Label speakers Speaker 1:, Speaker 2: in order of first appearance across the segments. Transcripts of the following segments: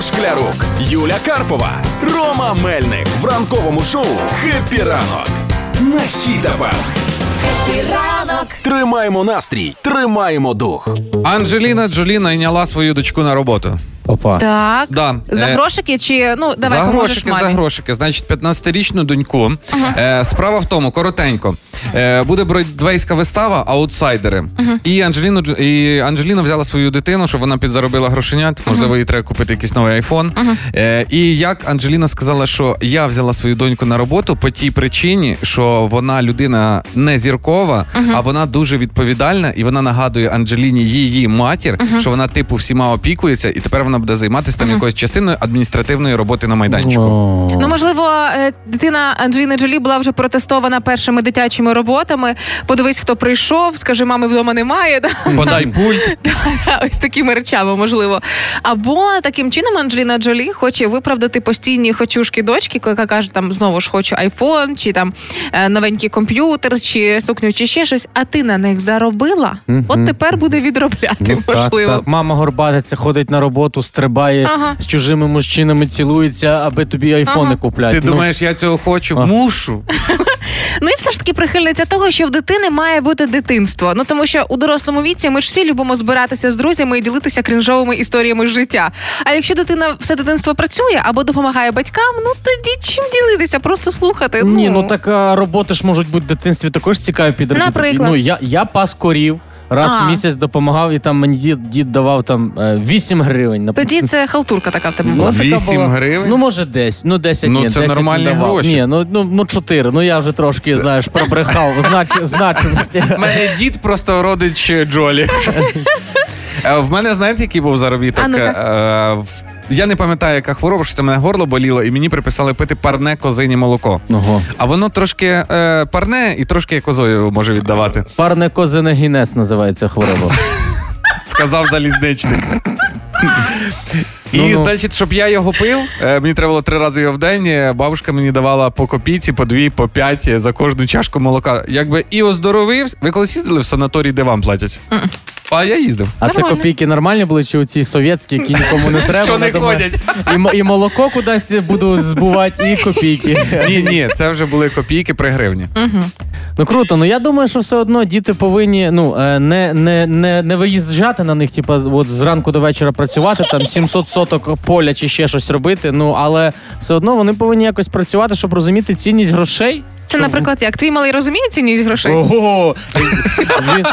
Speaker 1: Шклярук, Юля Карпова, Рома Мельник в ранковому шоу «Хеппі ранок» на Хіт-ФМ.
Speaker 2: Ранок
Speaker 1: Тримаємо настрій, тримаємо дух.
Speaker 3: Анджеліна Джолі найняла свою дочку на роботу.
Speaker 4: Опа.
Speaker 5: Так.
Speaker 3: Да.
Speaker 5: За
Speaker 3: Е,
Speaker 5: грошики чи ну давай
Speaker 3: за
Speaker 5: поможеш
Speaker 3: грошики,
Speaker 5: мамі.
Speaker 3: за грошики. Значить, 15-річну доньку. Е, справа в тому, коротенько. Е, буде бродвейська вистава Аутсайдери. І, Анджеліну, Дж- і Анджеліна взяла свою дитину, щоб вона підзаробила грошенят. Можливо, їй треба купити якийсь новий айфон. Е, і як Анджеліна сказала, що я взяла свою доньку на роботу по тій причині, що вона людина не зіркова, а вона дуже відповідальна, і вона нагадує Анджеліні її матір, що вона типу всіма опікується, і тепер вона буде займатися там якоюсь частиною адміністративної роботи на майданчику.
Speaker 4: О.
Speaker 5: Ну, можливо, е, дитина Анджеліни Джолі була вже протестована першими дитячими роботами. Подивись, хто прийшов, скажи, мами вдома немає. да?
Speaker 3: Подай пульт.
Speaker 5: Ось такими речами, можливо. Або таким чином Анджеліна Джолі хоче виправдати постійні хочушки дочки, яка каже, там знову ж хочу айфон, чи там е, новенький комп'ютер, чи сукню, чи ще щось. А ти на них заробила?
Speaker 4: Мгм.
Speaker 5: От тепер буде відробляти,
Speaker 4: Ну, так,
Speaker 5: можливо.
Speaker 4: так. Мама горбатиться, ходить на роботу, стрибає
Speaker 5: Ага.
Speaker 4: з чужими мужчинами, цілується, аби тобі айфони Ну,
Speaker 5: Ага.
Speaker 4: купляти.
Speaker 3: Ти думаєш, я цього хочу?
Speaker 4: А.
Speaker 3: Мушу.
Speaker 5: Ну і все ж таки прихильниця того, що в дитини має бути дитинство. Ну тому що у дорослому віці ми ж всі любимо збиратися з друзями і ділитися крінжовими історіями з життя. А якщо дитина все дитинство працює або допомагає батькам, ну тоді чим ділитися? Просто слухати. Ну,
Speaker 4: Ні, ну так а, роботи ж можуть бути в дитинстві також цікаві підробити.
Speaker 5: Наприклад.
Speaker 4: Ну я, я пас корів. Раз
Speaker 5: А.
Speaker 4: в місяць допомагав, і там мені дід, дід давав там е, 8 гривень. на
Speaker 5: тоді це халтурка така в тебе була.
Speaker 4: Ну, така
Speaker 3: 8
Speaker 4: була.
Speaker 3: гривень?
Speaker 4: Ну, може, 10. Ну, 10
Speaker 3: Ну,
Speaker 4: ні,
Speaker 3: це
Speaker 4: 10 не
Speaker 3: нормальні
Speaker 4: давав.
Speaker 3: гроші.
Speaker 4: Ні, ну, ну, ну 4. Ну, я вже трошки, знаєш, пробрехав знач, значимості.
Speaker 3: У мене дід просто родич е, Джолі. Е, В мене, знаєте, який був заробіток?
Speaker 5: А ну-ка.
Speaker 3: Е, в- Я не пам'ятаю, яка хвороба, що це мене горло боліло, і мені приписали пити парне козині молоко.
Speaker 4: Ого.
Speaker 3: А воно трошки е, парне і трошки козою може віддавати.
Speaker 4: Парне козине гінес називається хвороба.
Speaker 3: Сказав залізничник. І,
Speaker 4: Ну-ну.
Speaker 3: значить, щоб я його пив, е, мені треба було три рази його в день. е, Бабушка мені давала по копійці, по дві, по п'ять е, за кожну чашку молока. Якби і оздоровив. Ви колись їздили в санаторій, де вам платять? А я їздив.
Speaker 4: А це
Speaker 5: Нормально.
Speaker 4: копійки нормальні були, чи оці совєтські, які нікому не треба?
Speaker 3: Що не
Speaker 4: Надо має-
Speaker 3: ходять?
Speaker 4: І, м- і молоко кудись буду збувати, і копійки.
Speaker 3: Ні, ні, це вже були копійки при гривні.
Speaker 4: Ну круто, ну я думаю, що все одно діти повинні ну е, не, не, не, не виїжджати на них, типу, от зранку до вечора працювати, там 700 соток поля чи ще щось робити. Ну але все одно вони повинні якось працювати, щоб розуміти цінність грошей.
Speaker 5: Це, наприклад, як твій малий розуміє цінність грошей?
Speaker 4: Ого! Він,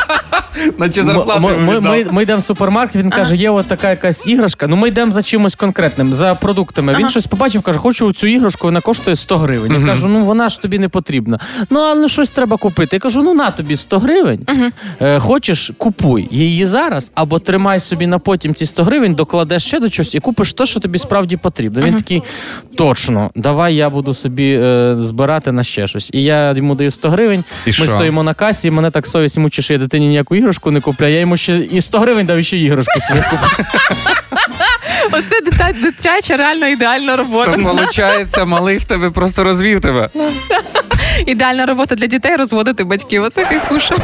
Speaker 3: Наче
Speaker 4: ми,
Speaker 3: зарплату
Speaker 4: ми, ми, ми йдемо в супермаркет, він каже, є от така якась іграшка. Ну ми йдемо за чимось конкретним, за продуктами. Він щось побачив, каже, хочу цю іграшку, вона коштує 100 гривень. Я кажу, ну вона ж тобі не потрібна. Ну але щось треба купити. Я кажу, ну на тобі 100 гривень. Е, хочеш, купуй її зараз, або тримай собі на потім ці 100 гривень, докладеш ще до чогось і купиш те, що тобі справді потрібно. Він такий, точно, давай я буду собі е, збирати на ще щось. І я йому даю 100 гривень.
Speaker 3: І
Speaker 4: ми
Speaker 3: що?
Speaker 4: стоїмо на касі, і мене так совість мучить, що я дитині ніяку іграшку не куплю. а Я йому ще і 100 гривень дав і ще іграшку собі купив.
Speaker 5: Оце дитя- дитяча реально ідеальна робота.
Speaker 3: То, виходить, малий в тебе просто розвів тебе.
Speaker 5: Ідеальна робота для дітей розводити батьків. Оце кайфуша.